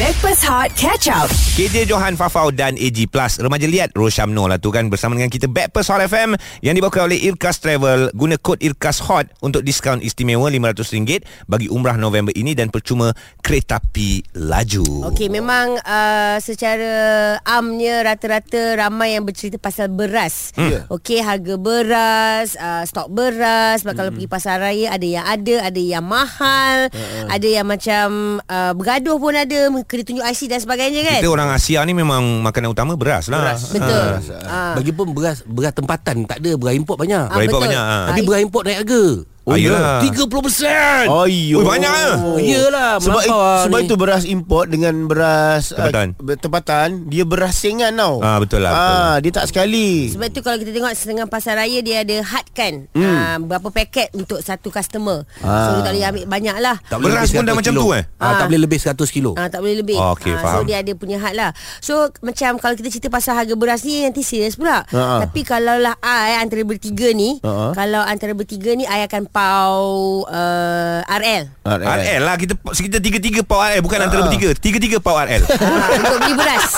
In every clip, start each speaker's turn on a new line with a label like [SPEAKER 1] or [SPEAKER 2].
[SPEAKER 1] Breakfast Hot Catch Up.
[SPEAKER 2] KJ Johan Fafau dan AG Plus Remaja Liat Rosham Noor lah tu kan Bersama dengan kita Backpast Hot FM Yang dibawakan oleh Irkas Travel Guna kod Irkas Hot Untuk diskaun istimewa RM500 Bagi umrah November ini Dan percuma kereta api laju
[SPEAKER 3] Okey, memang uh, secara amnya rata-rata ramai yang bercerita pasal beras. Hmm. Okey, harga beras, uh, stok beras, hmm. kalau pergi pasar raya ada yang ada, ada yang mahal, hmm. ada yang macam uh, bergaduh pun ada, kena tunjuk IC dan sebagainya kan.
[SPEAKER 2] Kita orang Asia ni memang Makanan utama beras lah
[SPEAKER 4] Beras.
[SPEAKER 3] Betul.
[SPEAKER 4] Ah. Bagi pun beras beras tempatan tak ada beras import banyak.
[SPEAKER 2] Beras import
[SPEAKER 3] betul.
[SPEAKER 2] banyak, ah.
[SPEAKER 4] Tapi beras import naik harga.
[SPEAKER 2] Oh, ya.
[SPEAKER 4] ya? 30%.
[SPEAKER 5] Ayo. Oh.
[SPEAKER 2] Ui, banyak eh. ke?
[SPEAKER 4] Iyalah,
[SPEAKER 5] sebab
[SPEAKER 4] melampau lah
[SPEAKER 5] sebab
[SPEAKER 4] ni.
[SPEAKER 5] itu beras import dengan beras ah,
[SPEAKER 2] Tempatan.
[SPEAKER 5] ber- tempatan dia beras singan tau.
[SPEAKER 2] Ah, betul lah, betul
[SPEAKER 5] Ah,
[SPEAKER 2] lah.
[SPEAKER 5] dia tak sekali.
[SPEAKER 3] Sebab tu kalau kita tengok setengah pasar raya dia ada had kan. Hmm. Ah. Uh, berapa paket untuk satu customer. So kita tak boleh ambil banyak lah.
[SPEAKER 4] Tak boleh
[SPEAKER 2] Beras
[SPEAKER 4] lebih
[SPEAKER 2] pun dah
[SPEAKER 4] 100
[SPEAKER 2] macam
[SPEAKER 4] kilo.
[SPEAKER 2] tu, eh?
[SPEAKER 4] Ah, tak boleh lebih 100 kilo.
[SPEAKER 3] Ah, tak boleh lebih.
[SPEAKER 2] Oh, okey,
[SPEAKER 3] Ah,
[SPEAKER 2] faham.
[SPEAKER 3] So dia ada punya had lah. So macam kalau kita cerita pasal harga beras ni nanti serius pula.
[SPEAKER 5] Ha, ha.
[SPEAKER 3] Tapi kalau lah I antara bertiga ni,
[SPEAKER 5] Ha, ha.
[SPEAKER 3] kalau antara bertiga ni I akan pau uh, RL.
[SPEAKER 5] Ah,
[SPEAKER 2] RL lah Kita kita tiga-tiga pau RL Bukan antara bertiga Tiga-tiga pau RL
[SPEAKER 3] Ah, untuk beli beras.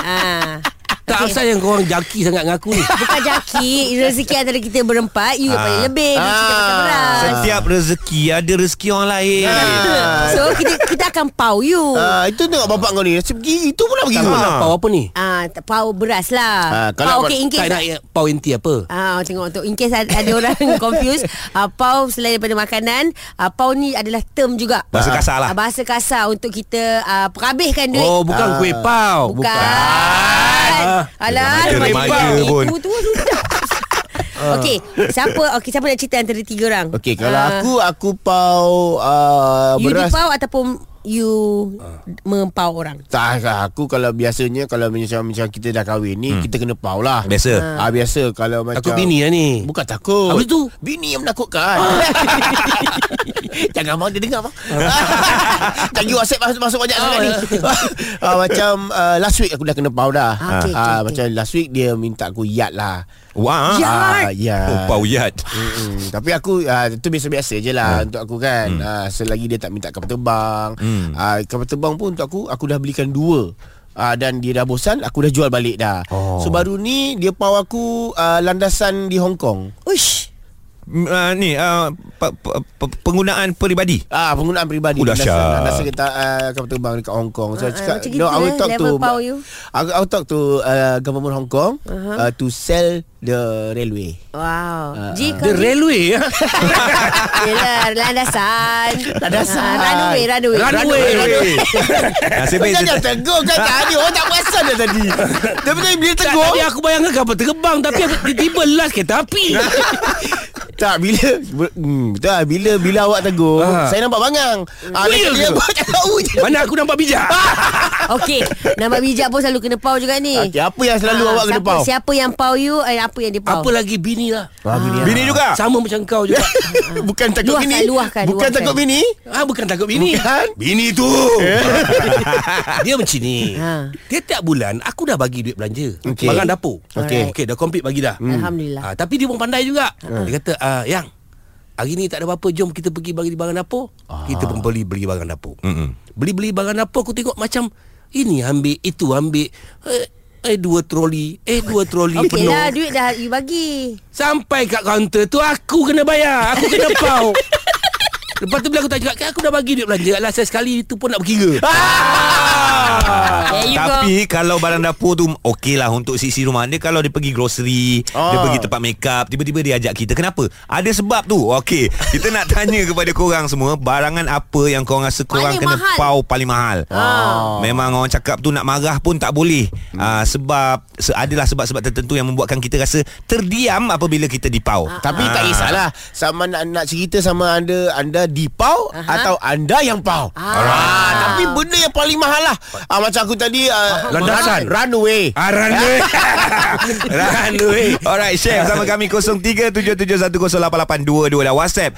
[SPEAKER 3] Ah.
[SPEAKER 4] Tak
[SPEAKER 3] Okey.
[SPEAKER 4] asal yang korang jaki sangat dengan aku ni.
[SPEAKER 3] Bukan jaki Rezeki antara kita berempat You yang paling lebih You cerita pasal beras
[SPEAKER 2] Setiap rezeki Ada rezeki orang lain
[SPEAKER 3] Ah. So kita kita akan pau you
[SPEAKER 5] Ah, itu tengok bapak kau ni. Nasib gigi itu pun nak pergi.
[SPEAKER 4] Tak
[SPEAKER 5] kot.
[SPEAKER 4] nak pau apa ni?
[SPEAKER 3] Ah, uh, pau beras lah.
[SPEAKER 5] Ah,
[SPEAKER 3] pau
[SPEAKER 5] kalau
[SPEAKER 3] okay, in
[SPEAKER 4] Tak
[SPEAKER 3] case
[SPEAKER 4] nak ya, pau inti apa?
[SPEAKER 3] Ah, tengok tu in case ada, ada orang confused, uh, pau selain daripada makanan, uh, pau ni adalah term juga.
[SPEAKER 2] Bahasa kasar lah.
[SPEAKER 3] Ah, bahasa kasar untuk kita uh, perhabiskan duit.
[SPEAKER 4] Oh, bukan kuih pau.
[SPEAKER 3] bukan.
[SPEAKER 4] Ah.
[SPEAKER 3] Alah,
[SPEAKER 2] Remaja- remaja pun.
[SPEAKER 3] Itu, tu, sudah. Okey, siapa okey siapa nak cerita antara tiga orang?
[SPEAKER 5] Okey, kalau
[SPEAKER 3] Ah,
[SPEAKER 5] aku aku pau ah,
[SPEAKER 3] you
[SPEAKER 5] beras
[SPEAKER 3] dipau ataupun you mempau orang.
[SPEAKER 5] Tak tak, aku kalau biasanya kalau macam macam kita dah kahwin ni kita kena pau lah.
[SPEAKER 2] Hmm. Biasa.
[SPEAKER 5] Ah biasa kalau macam
[SPEAKER 4] Aku bini lah ni.
[SPEAKER 5] Bukan takut.
[SPEAKER 4] Apa tu?
[SPEAKER 5] Bini yang menakutkan. Jangan mau dia dengar bang. Jangan you WhatsApp masuk, masuk banyak sangat ni. ah, macam uh, last week aku dah kena pau dah.
[SPEAKER 3] Ah, okey, okey,
[SPEAKER 5] ah,
[SPEAKER 3] okey.
[SPEAKER 5] macam last week dia minta aku yat lah.
[SPEAKER 3] Ya.
[SPEAKER 2] Wah
[SPEAKER 3] Yat?
[SPEAKER 5] Ah, yat.
[SPEAKER 2] Oh, pau yat
[SPEAKER 5] Mm-mm. Tapi aku uh, Itu biasa-biasa je lah Untuk aku kan mm. uh, Selagi dia tak minta kapal terbang mm. uh, Kapal terbang pun untuk aku Aku dah belikan dua uh, Dan dia dah bosan Aku dah jual balik dah
[SPEAKER 2] Oh.
[SPEAKER 5] oh. So baru ni Dia pau aku uh, Landasan di Hong Kong
[SPEAKER 3] Uish.
[SPEAKER 2] Mm, uh, ni uh, pe- pe- pe- penggunaan peribadi.
[SPEAKER 5] Ah penggunaan peribadi
[SPEAKER 2] Oh,
[SPEAKER 5] landasan,
[SPEAKER 2] dahsyat.
[SPEAKER 5] landasan kita uh, kapal terbang dekat Hong Kong.
[SPEAKER 3] Ah,
[SPEAKER 5] So
[SPEAKER 3] ah,
[SPEAKER 5] uh, cakap
[SPEAKER 3] macam
[SPEAKER 5] no
[SPEAKER 3] gitu,
[SPEAKER 5] I will
[SPEAKER 3] eh,
[SPEAKER 5] talk to
[SPEAKER 3] level power you.
[SPEAKER 5] I will I will talk to uh, government Hong Kong uh-huh. uh, to sell the railway.
[SPEAKER 3] Wow. Uh,
[SPEAKER 4] The railway ya.
[SPEAKER 3] Yelah, landasan.
[SPEAKER 5] Landasan.
[SPEAKER 3] Ah, runway, runway.
[SPEAKER 4] Runway.
[SPEAKER 2] Nasib
[SPEAKER 5] Kau
[SPEAKER 2] baik
[SPEAKER 5] jangan
[SPEAKER 2] saya tak-
[SPEAKER 5] tegur kan tadi Orang tak perasan dah tadi Dia betul bila
[SPEAKER 4] Tak,
[SPEAKER 5] tegur
[SPEAKER 4] tadi aku bayangkan kapal terbang tapi aku- tiba-tiba last kereta api.
[SPEAKER 5] Tak bila hmm, Betul lah Bila, bila awak tegur
[SPEAKER 4] Ah.
[SPEAKER 5] Saya nampak bangang ah,
[SPEAKER 4] Real
[SPEAKER 5] Dia, dia
[SPEAKER 4] ke?
[SPEAKER 5] buat tahu je
[SPEAKER 4] Mana aku nampak bijak?
[SPEAKER 3] Okey, nama bijak pun selalu kena pau juga ni.
[SPEAKER 5] okay, Apa yang
[SPEAKER 3] Ah,
[SPEAKER 5] selalu awak kena
[SPEAKER 3] siapa,
[SPEAKER 5] pau
[SPEAKER 3] Siapa yang pau you eh, Apa yang dia pau
[SPEAKER 4] Apa lagi bini lah.
[SPEAKER 5] ah, bini,
[SPEAKER 2] Bini juga.
[SPEAKER 4] Sama macam kau juga.
[SPEAKER 5] Bukan takut
[SPEAKER 3] Luahkan,
[SPEAKER 5] bini
[SPEAKER 3] luahkan,
[SPEAKER 5] Bukan
[SPEAKER 3] luahkan.
[SPEAKER 5] takut bini
[SPEAKER 4] Ah bukan takut bini.
[SPEAKER 5] Bukan
[SPEAKER 2] Bini tu.
[SPEAKER 4] Dia macam ni.
[SPEAKER 3] Ha.
[SPEAKER 4] Dia tiap bulan aku dah bagi duit belanja.
[SPEAKER 5] Okey.
[SPEAKER 4] Barang dapur.
[SPEAKER 5] Okey.
[SPEAKER 4] Okey dah komplit bagi dah.
[SPEAKER 2] Hmm.
[SPEAKER 3] Alhamdulillah.
[SPEAKER 4] Ah, tapi dia pun pandai juga.
[SPEAKER 2] Ha.
[SPEAKER 4] Dia kata, ah, Yang, hari ni tak ada apa-apa. Jom kita pergi bagi barang dapur. Kita pun beli beli barang dapur.
[SPEAKER 2] Ah. Mm-mm.
[SPEAKER 4] Beli-beli barang dapur aku tengok macam, ini ambil, itu ambil. Eh, eh dua troli. Eh, dua troli
[SPEAKER 3] Okey
[SPEAKER 4] penuh.
[SPEAKER 3] lah duit dah you bagi
[SPEAKER 4] Sampai kat kaunter tu aku kena bayar. Aku kena pau. Lepas tu bila aku tanya kat aku dah bagi duit belanja Alah saya sekali itu pun nak berkira
[SPEAKER 3] Ah! There you go.
[SPEAKER 2] Ah, Tapi kalau barang dapur tu okey lah untuk sisi rumah dia kalau dia pergi grocery, dia
[SPEAKER 5] Ah.
[SPEAKER 2] pergi tempat makeup, tiba-tiba dia ajak kita. Kenapa? Ada sebab tu. Okey, kita nak tanya kepada korang semua, barangan apa yang korang rasa korang
[SPEAKER 3] Paling
[SPEAKER 2] kena
[SPEAKER 3] mahal. Ah.
[SPEAKER 2] pau paling mahal? Memang orang cakap tu nak marah pun tak boleh. Ah, sebab se- adalah sebab-sebab tertentu yang membuatkan kita rasa terdiam apabila kita dipau.
[SPEAKER 5] Tapi tak
[SPEAKER 2] Ah.
[SPEAKER 5] kisahlah Sama nak, nak cerita sama anda Anda dipau
[SPEAKER 3] Aha.
[SPEAKER 5] Atau anda yang pau ah, Tapi benda yang paling mahal lah ah, Macam aku tadi ah,
[SPEAKER 4] Landasan.
[SPEAKER 5] run- Runway
[SPEAKER 4] Aran duit Aran duit
[SPEAKER 2] eh. Alright, share bersama kami 0377108822 dan lah. WhatsApp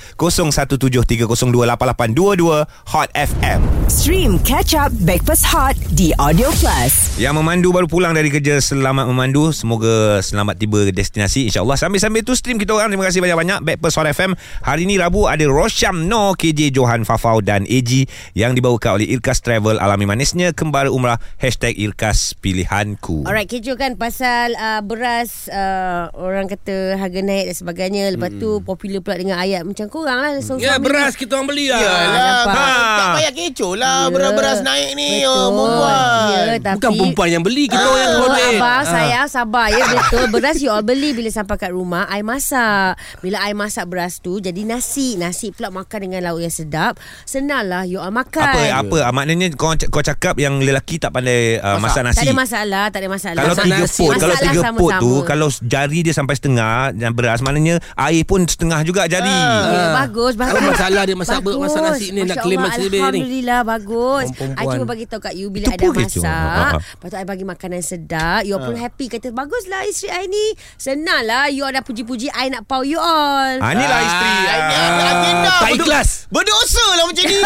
[SPEAKER 2] 0173028822 Hot FM.
[SPEAKER 1] Stream Catch Up Breakfast Hot di Audio Plus.
[SPEAKER 2] Yang memandu baru pulang dari kerja selamat memandu. Semoga selamat tiba ke destinasi insya-Allah. Sambil-sambil tu stream kita orang. Terima kasih banyak-banyak Backpast Hot FM. Hari ini Rabu ada Rosham No, KJ Johan Fafau dan AG yang dibawakan oleh Irkas Irkas Travel Alami manisnya Kembali umrah Hashtag Irkas Pilihanku
[SPEAKER 3] Alright, kecoh kan pasal uh, beras uh, orang kata harga naik dan sebagainya. Lepas tu
[SPEAKER 5] Hmm.
[SPEAKER 3] popular pula dengan ayat macam korang lah. So, Ah,
[SPEAKER 4] Ya beras kita orang beli lah
[SPEAKER 5] Yalah,
[SPEAKER 3] nampak.
[SPEAKER 2] Ha.
[SPEAKER 5] tak- tak payah kecoh lah. Beras-beras naik ni. Oh,
[SPEAKER 3] Ya,
[SPEAKER 5] perempuan.
[SPEAKER 3] tapi
[SPEAKER 4] Bukan perempuan yang beli Kita orang yang
[SPEAKER 3] Oh,
[SPEAKER 4] order
[SPEAKER 2] Ah.
[SPEAKER 3] abang saya sabar ya betul Beras you all beli Bila sampai kat rumah I masak Bila I masak beras tu Jadi nasi Nasi pula makan dengan lauk yang sedap Senang lah you all makan
[SPEAKER 2] apa apa ah, maknanya kau kau cakap yang lelaki tak pandai uh, masak nasi.
[SPEAKER 3] Tak ada masalah Tak ada masalah
[SPEAKER 2] Kalau
[SPEAKER 4] Masak
[SPEAKER 2] tiga
[SPEAKER 4] nasi.
[SPEAKER 2] pot Kalau
[SPEAKER 3] Masalah
[SPEAKER 2] tiga pot tu
[SPEAKER 3] sama-sama.
[SPEAKER 2] Kalau jari dia sampai setengah Dan beras Maknanya air pun setengah juga jari
[SPEAKER 3] Ya,
[SPEAKER 2] Ah.
[SPEAKER 3] bagus, bagus.
[SPEAKER 4] Apa masalah dia masak ber- masak nasi ni, nak
[SPEAKER 3] Masya
[SPEAKER 4] claim
[SPEAKER 3] Allah,
[SPEAKER 4] nasi lebih ni.
[SPEAKER 3] Alhamdulillah bagus.
[SPEAKER 4] Perempuan.
[SPEAKER 3] I cuba bagi tahu kat you bila
[SPEAKER 2] Itu
[SPEAKER 3] ada
[SPEAKER 2] pun kecoh.
[SPEAKER 3] masak.
[SPEAKER 2] Ha, ha.
[SPEAKER 3] Lepas tu I bagi makanan sedap. You all
[SPEAKER 2] Ah.
[SPEAKER 3] pun happy kata baguslah isteri I ni. Senang lah you all dah puji-puji I nak pau you all.
[SPEAKER 2] ah, Inilah isteri
[SPEAKER 5] Ah, agenda.
[SPEAKER 4] Tak
[SPEAKER 5] Berdo-
[SPEAKER 4] ikhlas
[SPEAKER 5] Berdosa lah macam ni.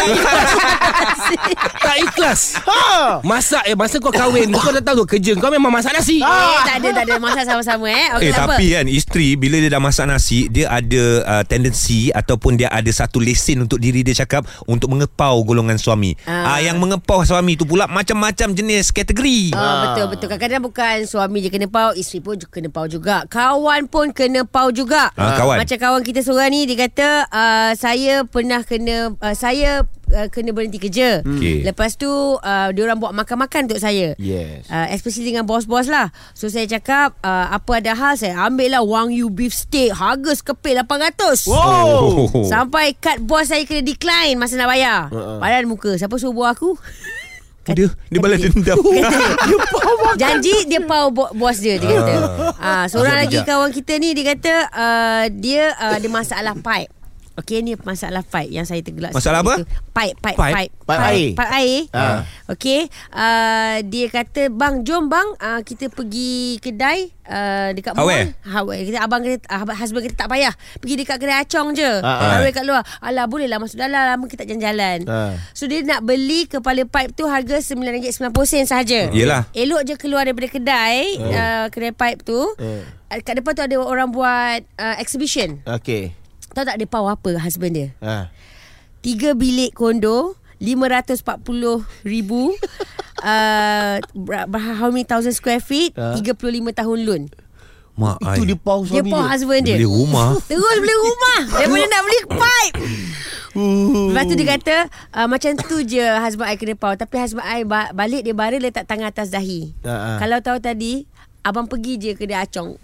[SPEAKER 4] Tak ikhlas
[SPEAKER 3] Ah.
[SPEAKER 5] ha.
[SPEAKER 4] Masak eh Masa kau kahwin Kau dah tahu kerja Kau memang masak nasi
[SPEAKER 3] Eh, tak ada, tak ada masak sama-sama eh. Okey,
[SPEAKER 2] Eh
[SPEAKER 3] tak apa.
[SPEAKER 2] tapi kan Isteri bila dia dah masak nasi Dia ada uh, tendensi Ataupun dia ada satu lesen Untuk diri dia cakap Untuk mengepau golongan suami ah.
[SPEAKER 3] Ah.
[SPEAKER 2] Yang mengepau suami tu pula Macam-macam jenis kategori
[SPEAKER 3] Oh, betul betul kadang-kadang bukan suami je kena pau isteri pun kena pau juga kawan pun kena pau juga
[SPEAKER 2] Ah, kawan.
[SPEAKER 3] macam kawan kita seorang ni dia kata uh, saya pernah kena uh, saya uh, kena berhenti kerja
[SPEAKER 2] Hmm. Okey.
[SPEAKER 3] lepas tu uh, dia orang buat makan-makan untuk saya
[SPEAKER 5] Yes.
[SPEAKER 3] uh, especially dengan bos-bos lah so saya cakap uh, apa ada hal saya ambil lah wagyu beef steak harga sekeping 800
[SPEAKER 5] Oh.
[SPEAKER 3] Sampai kad bos saya kena decline masa nak bayar.
[SPEAKER 2] Ah,
[SPEAKER 3] Uh-uh. Padahal muka. Siapa suruh buah aku?
[SPEAKER 2] Dia, dia balas dendam
[SPEAKER 3] Janji dia pau bo- bos dia dia kata. Ah, seorang lagi
[SPEAKER 2] Bijak-bijak.
[SPEAKER 3] kawan kita ni dia kata uh, dia uh, ada masalah pipe. Okey ni masalah pipe yang saya tergelak.
[SPEAKER 2] Masalah
[SPEAKER 3] sikit
[SPEAKER 2] apa?
[SPEAKER 3] itu. Pipe pipe
[SPEAKER 2] Pipe?
[SPEAKER 3] pipe
[SPEAKER 5] Pipe air.
[SPEAKER 3] Pipe air.
[SPEAKER 5] Ah.
[SPEAKER 3] Okey, uh, dia kata bang jom bang uh, kita pergi kedai uh, dekat
[SPEAKER 2] Aware?
[SPEAKER 3] mall. Hawai. Kita abang kata ah, husband kata tak payah. Pergi dekat kedai acong je.
[SPEAKER 5] Ah, ah.
[SPEAKER 3] Aware kat luar. Alah boleh lah masuk dalam lama kita tak jalan-jalan.
[SPEAKER 5] Ah.
[SPEAKER 3] So dia nak beli kepala pipe tu harga RM9.90 saja.
[SPEAKER 2] Yelah.
[SPEAKER 3] Elok je keluar daripada kedai uh, kedai pipe tu.
[SPEAKER 5] Eh.
[SPEAKER 3] Uh. Kat depan tu ada orang buat uh, exhibition.
[SPEAKER 5] Okay.
[SPEAKER 3] Tahu tak dia power apa husband dia?
[SPEAKER 5] Ha.
[SPEAKER 3] Tiga bilik kondo 540 ribu uh, ber- ber- How many thousand square feet
[SPEAKER 5] Ah.
[SPEAKER 3] 35 tahun loan
[SPEAKER 2] Mak
[SPEAKER 5] Itu dia pau
[SPEAKER 3] Dia
[SPEAKER 5] suami
[SPEAKER 3] pun
[SPEAKER 5] dia.
[SPEAKER 3] husband dia
[SPEAKER 2] Beli rumah
[SPEAKER 3] Terus beli rumah Daripada nak beli pipe Lepas tu dia kata uh, Macam tu je Husband I kena pau Tapi husband I ba- balik Dia baru letak tangan atas dahi
[SPEAKER 5] Ha, ha.
[SPEAKER 3] Kalau tahu tadi Abang pergi je kedai acong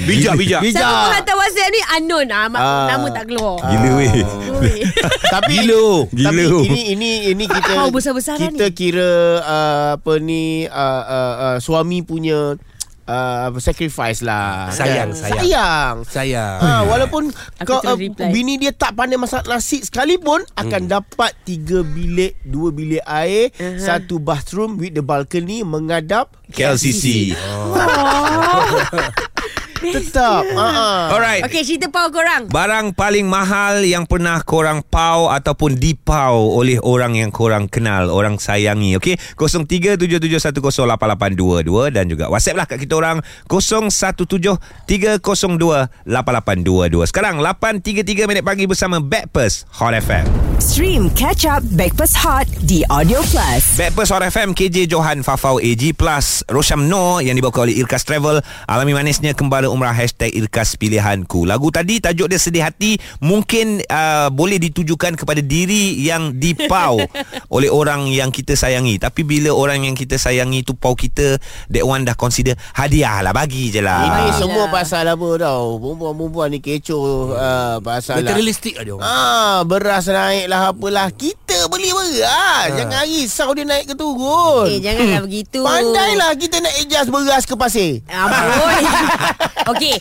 [SPEAKER 2] Bijak bijak
[SPEAKER 3] Siapa pun hantar whatsapp ni Unknown ah, mak,
[SPEAKER 5] Ya. Ah.
[SPEAKER 3] Nama tak keluar
[SPEAKER 2] Gila weh
[SPEAKER 3] Ui.
[SPEAKER 5] tapi
[SPEAKER 2] Gila.
[SPEAKER 5] tapi
[SPEAKER 2] Gila.
[SPEAKER 5] ini ini ini kita
[SPEAKER 3] Pau besar-besaran lah
[SPEAKER 5] kita
[SPEAKER 3] ni.
[SPEAKER 5] kira uh, apa ni uh, uh, uh, suami punya uh, apa, sacrifice lah
[SPEAKER 4] Sayang,
[SPEAKER 5] Kan?
[SPEAKER 4] sayang.
[SPEAKER 5] sayang
[SPEAKER 4] Sayang
[SPEAKER 5] Ha, walaupun kau,
[SPEAKER 3] terus
[SPEAKER 5] uh,
[SPEAKER 3] reply.
[SPEAKER 5] bini dia tak pandai masak nasi sekalipun
[SPEAKER 4] Hmm.
[SPEAKER 5] akan dapat tiga bilik, dua bilik air, uh-huh. satu bathroom with the balcony menghadap
[SPEAKER 2] KLCC
[SPEAKER 5] tetap. Ha.
[SPEAKER 2] Alright
[SPEAKER 3] Okay cerita pau korang
[SPEAKER 2] Barang paling mahal yang pernah korang pau ataupun dipau oleh orang yang korang kenal, orang sayangi. Okey, 0377108822 dan juga WhatsApp lah kat kita orang 0173028822. Sekarang 8.33 minit pagi bersama Backpers Hot FM.
[SPEAKER 1] Stream Catch Up Backpass Hot di Audio Plus.
[SPEAKER 2] Backpers Hot FM KJ Johan Fafau AG Plus Rosham Noor Yang dibawa oleh Irkas Travel Alami manisnya Kembali umrah Hashtag Irkas Pilihanku Lagu tadi Tajuk dia Sedih Hati Mungkin uh, Boleh ditujukan kepada diri Yang dipau Oleh orang yang kita sayangi Tapi bila orang yang kita sayangi tu Pau kita That one dah consider Hadiah lah Bagi je
[SPEAKER 4] Ah.
[SPEAKER 2] lah
[SPEAKER 5] Ini semua pasal apa tau Perempuan-perempuan ni kecoh uh, Pasal lah.
[SPEAKER 4] Materialistik lah dia orang
[SPEAKER 5] Ah, beras naik lah apalah. Kita
[SPEAKER 2] Ah.
[SPEAKER 5] beli beras. Ha. Jangan risau dia naik ke turun.
[SPEAKER 3] Eh janganlah begitu
[SPEAKER 5] Hmm. Pandailah kita nak adjust beras ke pasir.
[SPEAKER 3] Amboi. Okey.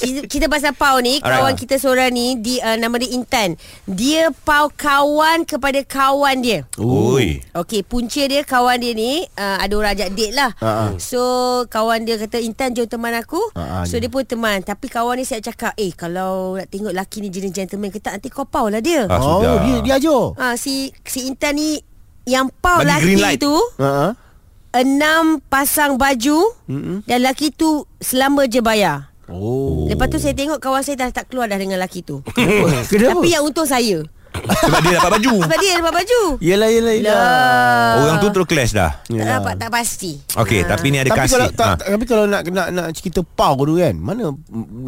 [SPEAKER 3] Kita, kita pasal Pau ni
[SPEAKER 2] Alright.
[SPEAKER 3] Kawan kita seorang ni di, uh, Nama dia Intan Dia Pau kawan Kepada kawan dia
[SPEAKER 2] Ui
[SPEAKER 3] Okey punca dia Kawan dia ni uh, Ada orang ajak date lah
[SPEAKER 5] Ha, ha.
[SPEAKER 3] So kawan dia kata Intan jom teman aku
[SPEAKER 5] Ha, ha,
[SPEAKER 3] So
[SPEAKER 5] ni.
[SPEAKER 3] dia pun teman Tapi kawan ni saya cakap Eh kalau nak tengok lelaki ni jenis gentleman ke tak Nanti kau pau lah
[SPEAKER 5] Ha.
[SPEAKER 3] dia
[SPEAKER 2] Ah, sudah.
[SPEAKER 5] Oh, dia dia ajar.
[SPEAKER 3] ha, Si si Intan ni Yang pau
[SPEAKER 2] Bagi green
[SPEAKER 3] lelaki
[SPEAKER 2] light.
[SPEAKER 3] tu
[SPEAKER 5] Ha. ah.
[SPEAKER 3] Enam pasang baju Mm-mm. Dan lelaki tu Selama je bayar
[SPEAKER 5] Oh.
[SPEAKER 3] Lepas tu saya tengok kawan saya dah tak keluar dah dengan lelaki tu.
[SPEAKER 5] Kenapa?
[SPEAKER 3] Tapi yang untung saya.
[SPEAKER 2] Sebab dia dapat baju
[SPEAKER 3] Sebab dia dapat baju
[SPEAKER 5] Yelah yelah yelah Ah.
[SPEAKER 3] Lah
[SPEAKER 2] Orang tu terus clash dah
[SPEAKER 3] Tak
[SPEAKER 5] Yelah.
[SPEAKER 3] dapat tak pasti
[SPEAKER 2] Okay tapi ni ada
[SPEAKER 5] Ah. Tapi
[SPEAKER 2] kasih
[SPEAKER 5] kalau tak,
[SPEAKER 2] Ha.
[SPEAKER 5] tapi kalau nak nak nak cerita pau tu kan, mana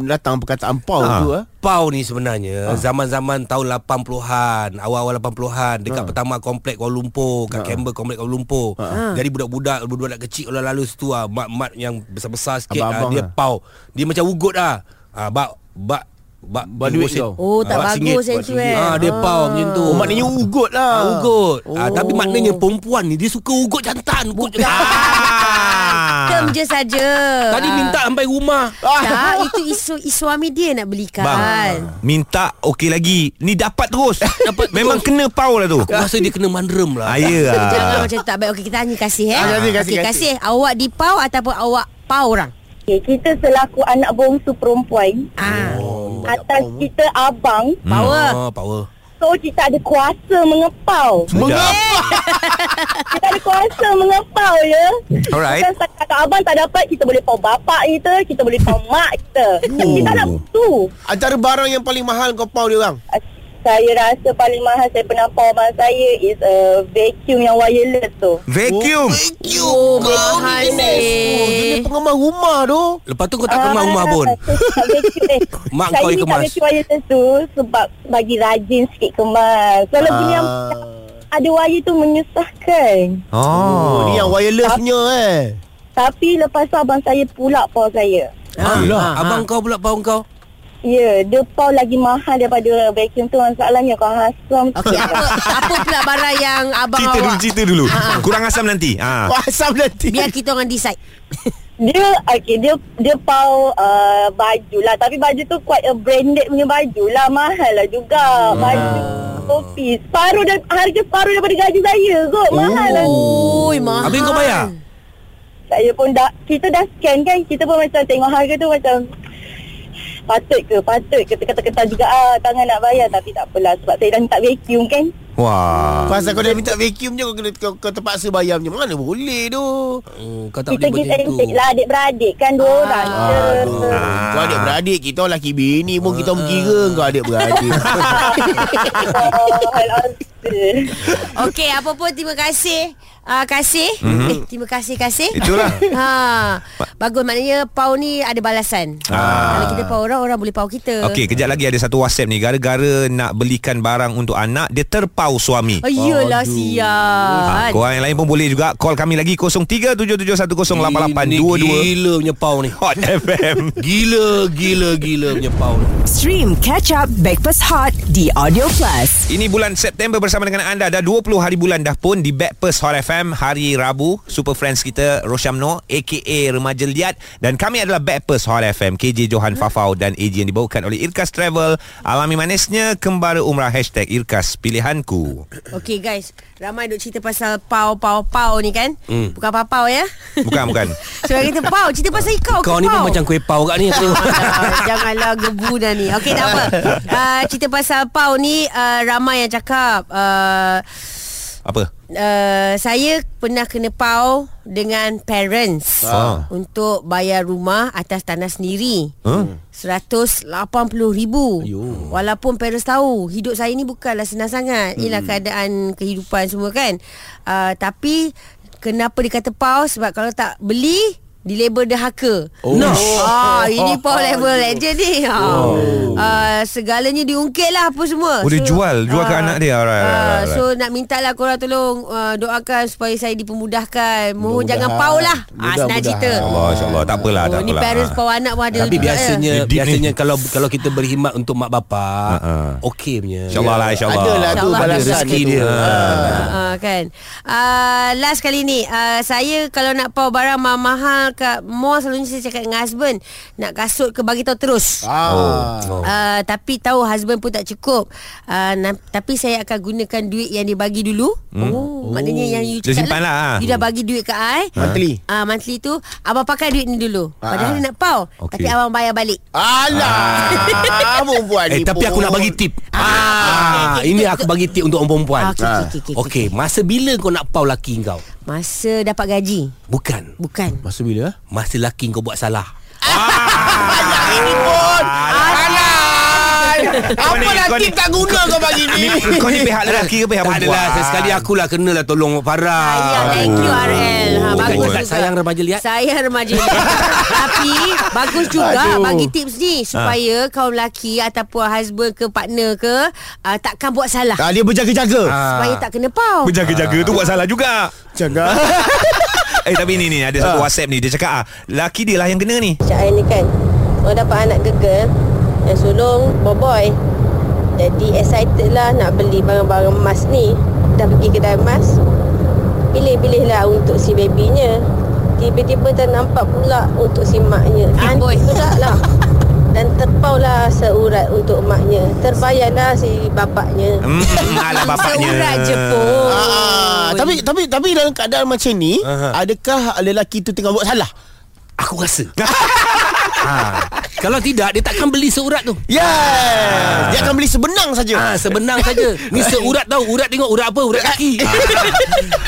[SPEAKER 5] datang perkataan pau
[SPEAKER 2] Ah.
[SPEAKER 5] tu ah?
[SPEAKER 4] Pau ni sebenarnya ha. Zaman-zaman tahun 80-an Awal-awal 80-an Dekat ha. pertama komplek Kuala Lumpur Kat ha. Campbell komplek Kuala Lumpur ha. Jadi budak-budak Budak-budak kecil Lalu lalu situ ah, Mat-mat yang besar-besar sikit ah,
[SPEAKER 5] Abang-abang
[SPEAKER 4] Dia
[SPEAKER 5] lah.
[SPEAKER 4] pau Dia macam ugut lah ah, Bak Bak Bak
[SPEAKER 5] Bak duit
[SPEAKER 4] bungkus-
[SPEAKER 5] kau.
[SPEAKER 3] Oh tak
[SPEAKER 4] Bak singgit,
[SPEAKER 3] bagus
[SPEAKER 4] bak
[SPEAKER 3] yang tu
[SPEAKER 4] singgit.
[SPEAKER 3] eh
[SPEAKER 4] ah, Dia pau macam tu
[SPEAKER 5] Oh, maknanya ugut lah.
[SPEAKER 4] Ah, ugut. Oh. Ah,
[SPEAKER 5] Oh.
[SPEAKER 4] tapi maknanya perempuan ni dia suka ugut jantan, ugut
[SPEAKER 2] Ha.
[SPEAKER 4] jantan.
[SPEAKER 5] Ah.
[SPEAKER 2] Ah.
[SPEAKER 3] Term je saja
[SPEAKER 4] Tadi
[SPEAKER 3] Ah.
[SPEAKER 4] minta sampai rumah.
[SPEAKER 3] Tak itu isu, isu suami dia nak belikan
[SPEAKER 2] Bang Minta okey lagi Ni dapat terus Memang kena pau lah tu
[SPEAKER 4] Aku rasa dia kena mandrem lah.
[SPEAKER 2] Aya lah
[SPEAKER 3] Jangan macam tu tak baik Okey kita hanya kasih eh
[SPEAKER 5] Ah, kasih, kasih,
[SPEAKER 3] Okey,
[SPEAKER 5] kasih.
[SPEAKER 3] kasih Awak dipau ataupun awak pau orang
[SPEAKER 6] Okay, kita selaku anak bongsu perempuan
[SPEAKER 3] Ah,
[SPEAKER 6] oh, Atas kita abang
[SPEAKER 2] Hmm.
[SPEAKER 3] Power
[SPEAKER 4] Ah, power.
[SPEAKER 6] So kita ada kuasa mengepau
[SPEAKER 2] Mengapa
[SPEAKER 6] Kita ada kuasa mengepau ya
[SPEAKER 2] Alright.
[SPEAKER 6] Bukan setakat kakak abang tak dapat Kita boleh pau bapak kita Kita boleh pau mak kita
[SPEAKER 5] Oh.
[SPEAKER 6] Kita nak tu
[SPEAKER 5] Antara barang yang paling mahal kau pau dia orang.
[SPEAKER 6] Saya rasa paling mahal saya pernah pau abang saya Is a vacuum yang wireless tu
[SPEAKER 2] Vacuum
[SPEAKER 3] Oh, mahal
[SPEAKER 5] Oh, dia ni
[SPEAKER 3] sih
[SPEAKER 5] pengemas rumah tu.
[SPEAKER 4] Lepas tu kau tak kemas
[SPEAKER 6] Ah,
[SPEAKER 4] rumah pun.
[SPEAKER 6] saya tak vacuum, eh.
[SPEAKER 4] Mak
[SPEAKER 6] saya
[SPEAKER 4] kau yang
[SPEAKER 6] ni tak
[SPEAKER 4] kemas.
[SPEAKER 6] vacuum wireless tu Sebab bagi rajin sikit kemas Kalau
[SPEAKER 4] Ah.
[SPEAKER 6] uh. punya
[SPEAKER 5] Ah.
[SPEAKER 6] ada wire tu menyusahkan
[SPEAKER 5] Oh,
[SPEAKER 2] Oh
[SPEAKER 5] ni yang wireless punya eh.
[SPEAKER 6] Tapi lepas tu abang saya pula pau saya.
[SPEAKER 4] Ah,
[SPEAKER 2] Okey.
[SPEAKER 4] ah, abang kau pula pau kau.
[SPEAKER 6] Ya, yeah, dia pau lagi mahal daripada vacuum tu masalahnya kau hasam.
[SPEAKER 3] Okey apa Apa pula barang yang Abang
[SPEAKER 2] Cerita dulu
[SPEAKER 3] awak
[SPEAKER 2] Cerita dulu Kurang asam nanti ha.
[SPEAKER 4] Ah.
[SPEAKER 5] Wah, asam nanti.
[SPEAKER 3] Biar kita orang decide
[SPEAKER 6] Dia okey, dia dia pau uh, baju lah tapi baju tu quite a branded punya baju lah mahal lah juga. Baju kopi separuh dan harga separuh daripada gaji saya kot mahal lah
[SPEAKER 3] Oh. Oi mahal
[SPEAKER 4] Habis kau bayar?
[SPEAKER 6] saya pun dah kita dah scan kan kita pun macam tengok harga tu macam patut ke patut ke terketar-ketar juga ah tangan nak bayar tapi tak apalah sebab saya dah minta vacuum kan
[SPEAKER 2] Wah
[SPEAKER 5] Pasal kau dah minta vacuum je kau kena kau, kau terpaksa bayar punya. Mana boleh tu?
[SPEAKER 4] Hmm, kau tak boleh buat macam
[SPEAKER 6] kita pergi
[SPEAKER 4] tu. Ah,
[SPEAKER 6] sentik lah adik-beradik kan dua orang je.
[SPEAKER 5] Aduh. Kau adik beradik kita orang laki bini pun kita orang kira
[SPEAKER 4] Ah.
[SPEAKER 5] kau adik beradik.
[SPEAKER 6] Oh, Alhamdulillah.
[SPEAKER 3] Okey, apa pun terima kasih. Uh, kasih. Mm-hmm. Eh, terima kasih kasih.
[SPEAKER 2] Itulah.
[SPEAKER 3] ha. Bagus maknanya pau ni ada balasan. Kalau kita pau orang, orang boleh pau kita.
[SPEAKER 2] Okey, kejap lagi ada satu WhatsApp ni. Gara-gara nak belikan barang untuk anak, dia terpau suami.
[SPEAKER 3] Oh, iyalah
[SPEAKER 2] Ha,
[SPEAKER 3] sian.
[SPEAKER 2] korang yang lain pun boleh juga Call kami lagi 0377108822
[SPEAKER 4] Gila punya pau ni.
[SPEAKER 2] Hot FM
[SPEAKER 4] Gila, gila, gila punya pau ni.
[SPEAKER 1] Stream Catch Up Backpass Hot di Audio Plus.
[SPEAKER 2] Ini bulan September bersama dengan anda Dah 20 hari bulan dah pun Di Backpast Hot FM Hari Rabu Super Friends kita Rosyamno A.K.A. Remaja Liat Dan kami adalah Backpast Hot FM KJ Johan
[SPEAKER 3] Hmm.
[SPEAKER 2] Fafau dan AJ Yang dibawakan oleh Irkas Travel Alami manisnya Kembara Umrah Hashtag Irkas Pilihanku
[SPEAKER 3] Okey guys, ramai duk cerita pasal pau pau pau ni kan. Mm.
[SPEAKER 4] Hmm.
[SPEAKER 3] Bukan papau ya.
[SPEAKER 2] Bukan, bukan
[SPEAKER 3] Sebab kita pau, cerita pasal ikau.
[SPEAKER 4] Kau
[SPEAKER 3] ke
[SPEAKER 4] ni
[SPEAKER 3] pau?
[SPEAKER 4] pun macam kuih pau kat ni.
[SPEAKER 3] Ah, Janganlah gebu dah ni Okey tak apa uh, Cerita pasal pau ni uh, Ramai yang cakap uh,
[SPEAKER 2] Apa?
[SPEAKER 3] uh, saya pernah kena pau dengan parents
[SPEAKER 2] Ah.
[SPEAKER 3] untuk bayar rumah atas tanah sendiri.
[SPEAKER 2] Huh?
[SPEAKER 3] RM180,000 Walaupun parents tahu Hidup saya ni bukanlah senang sangat Yelah keadaan kehidupan semua kan uh, Tapi Kenapa dia kata pau Sebab kalau tak beli Di label derhaka
[SPEAKER 4] Oh. No.
[SPEAKER 3] Ah, Ini pau level legend ni oh. uh, Segalanya diungkit lah Apa semua
[SPEAKER 2] Oh, dia jual. Jual ke anak dia. Alright,
[SPEAKER 3] ah,
[SPEAKER 2] alright, alright.
[SPEAKER 3] So nak minta lah korang tolong uh, Doakan supaya saya dipermudahkan Mohon
[SPEAKER 5] Mudah-mudahan.
[SPEAKER 3] jangan pau lah ah, Senang
[SPEAKER 5] Mudah-mudahan.
[SPEAKER 3] cerita
[SPEAKER 2] Allah, insyaAllah Tak apalah,
[SPEAKER 3] Oh,
[SPEAKER 2] tak
[SPEAKER 3] ni
[SPEAKER 2] apalah
[SPEAKER 3] parents pau anak pun ada
[SPEAKER 4] Tapi
[SPEAKER 3] juga, ya.
[SPEAKER 4] biasanya
[SPEAKER 2] Dia deep
[SPEAKER 4] biasanya
[SPEAKER 2] ni.
[SPEAKER 4] kalau kalau kita berkhidmat untuk mak bapak,
[SPEAKER 2] Ha, ha.
[SPEAKER 4] okey punya. Ya.
[SPEAKER 2] InsyaAllah lah, insyaAllah
[SPEAKER 5] Adalah tu
[SPEAKER 3] InsyaAllah.
[SPEAKER 5] balasan
[SPEAKER 4] Rezeki
[SPEAKER 5] tu.
[SPEAKER 4] dia.
[SPEAKER 5] Ah.
[SPEAKER 3] Ah, kan. Ah, last kali ni ah, saya kalau nak pau barang mahal kat mall selalunya saya cakap dengan husband nak kasut ke bagi tahu terus.
[SPEAKER 5] Ah.
[SPEAKER 4] Oh.
[SPEAKER 3] Uh, tapi tahu husband pun tak cukup uh, na- Tapi saya akan gunakan duit yang dia bagi dulu hmm. oh, Maknanya yang you
[SPEAKER 2] Dia
[SPEAKER 3] cakap
[SPEAKER 2] simpan lah, ah.
[SPEAKER 3] You dah bagi duit ke I
[SPEAKER 5] Monthly.
[SPEAKER 3] Ah, monthly tu Abang pakai duit ni dulu Padahal
[SPEAKER 5] ah.
[SPEAKER 3] dia nak pau
[SPEAKER 2] Okey.
[SPEAKER 3] Tapi abang bayar balik
[SPEAKER 5] Alah, perempuan
[SPEAKER 4] Ah. Eh
[SPEAKER 5] ni.
[SPEAKER 4] tapi aku
[SPEAKER 5] pun.
[SPEAKER 4] nak bagi tip.
[SPEAKER 3] okey,
[SPEAKER 4] Ah,
[SPEAKER 3] okey,
[SPEAKER 4] ini
[SPEAKER 3] kita-
[SPEAKER 4] aku bagi tip untuk orang perempuan.
[SPEAKER 3] Ah, okey, okey, okey, okey,
[SPEAKER 4] Okey, masa bila kau nak pau laki kau?
[SPEAKER 3] Masa dapat gaji
[SPEAKER 4] Bukan.
[SPEAKER 3] Bukan
[SPEAKER 5] Masa bila? eh?
[SPEAKER 4] Masa laki kau buat salah.
[SPEAKER 5] Yang ini pun. Alah.
[SPEAKER 2] Kau ni-
[SPEAKER 5] Apa lah
[SPEAKER 2] kau ni-
[SPEAKER 5] tip tak guna kau bagi ni
[SPEAKER 2] Kau ni pihak lelaki ke pihak
[SPEAKER 4] Tak
[SPEAKER 2] perempuan?
[SPEAKER 4] adalah Sekali akulah kenalah tolong Mak Farah
[SPEAKER 3] Sayang Ah, Thank you RL
[SPEAKER 5] Oh.
[SPEAKER 3] ha,
[SPEAKER 4] Bukan
[SPEAKER 3] Bagus
[SPEAKER 4] cakap
[SPEAKER 3] juga
[SPEAKER 4] sayang remaja liat.
[SPEAKER 3] Sayang remaja liat Tapi Bagus juga
[SPEAKER 5] Aduh. Ah.
[SPEAKER 3] Aduh. Bagi tips ni Supaya kaum lelaki Ataupun husband ke partner ke uh, Takkan buat salah
[SPEAKER 5] Ah, Dia berjaga-jaga
[SPEAKER 3] Supaya tak kena pau
[SPEAKER 2] Berjaga-jaga tu buat salah juga
[SPEAKER 5] Jaga
[SPEAKER 4] Ah.
[SPEAKER 2] Eh tapi ni ni Ada satu whatsapp ni Dia cakap ah Laki dia lah yang kena ni
[SPEAKER 6] Cak Ain ni kan Orang dapat anak girl Yang sulung Boboy Jadi excited lah Nak beli barang-barang emas ni Dah pergi kedai emas Pilih-pilih lah Untuk si babynya Tiba-tiba ternampak pula Untuk si maknya
[SPEAKER 3] Amboi.
[SPEAKER 6] Antik pula lah Dan terpaulah seurat untuk maknya Terbayarlah si bapaknya
[SPEAKER 2] Hmm, alah bapaknya
[SPEAKER 3] Seurat je pun
[SPEAKER 5] Ah, tapi tapi tapi dalam keadaan macam ni, uh-huh. adakah lelaki tu tengah buat salah?
[SPEAKER 4] Aku rasa ha. Kalau tidak Dia takkan beli seurat tu
[SPEAKER 5] Yes. Ah. Dia akan beli sebenang
[SPEAKER 4] Ah
[SPEAKER 5] saja.
[SPEAKER 4] sebenang saja. Ni seurat tau. Urat tengok urat apa? Urat kaki.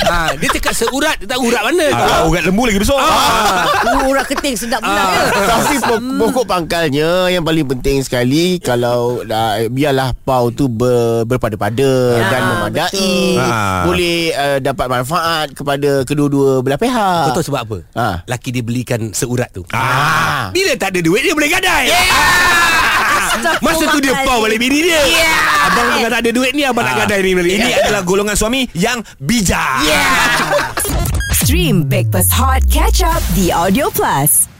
[SPEAKER 4] ah dia cakap seurat, dia tak urat mana.
[SPEAKER 2] Ah, urat lembu lagi besar
[SPEAKER 5] Ah.
[SPEAKER 3] Uh, Urat keting sedap pula Hmm.
[SPEAKER 4] Ah.
[SPEAKER 3] ke
[SPEAKER 5] Tapi pok- pokok pangkalnya yang paling penting sekali kalau uh, biarlah pau tu ber, berpada-pada
[SPEAKER 3] Ya,
[SPEAKER 5] dan memadai,
[SPEAKER 3] betul.
[SPEAKER 2] Ah.
[SPEAKER 5] boleh uh, dapat manfaat kepada kedua-dua belah pihak.
[SPEAKER 4] Kau tahu sebab apa?
[SPEAKER 5] Ha.
[SPEAKER 4] Laki dia belikan seurat tu.
[SPEAKER 5] Ah.
[SPEAKER 4] Ha. Bila tak ada duit dia boleh gadai. Ah. Masa tu dia pau balik bini dia. Yeah. Abang kalau tak ada duit ni abang nak gadai ni balik.
[SPEAKER 2] Ini adalah golongan suami yang bijak
[SPEAKER 1] Stream Breakfast Hot Catch Up The Audio Plus.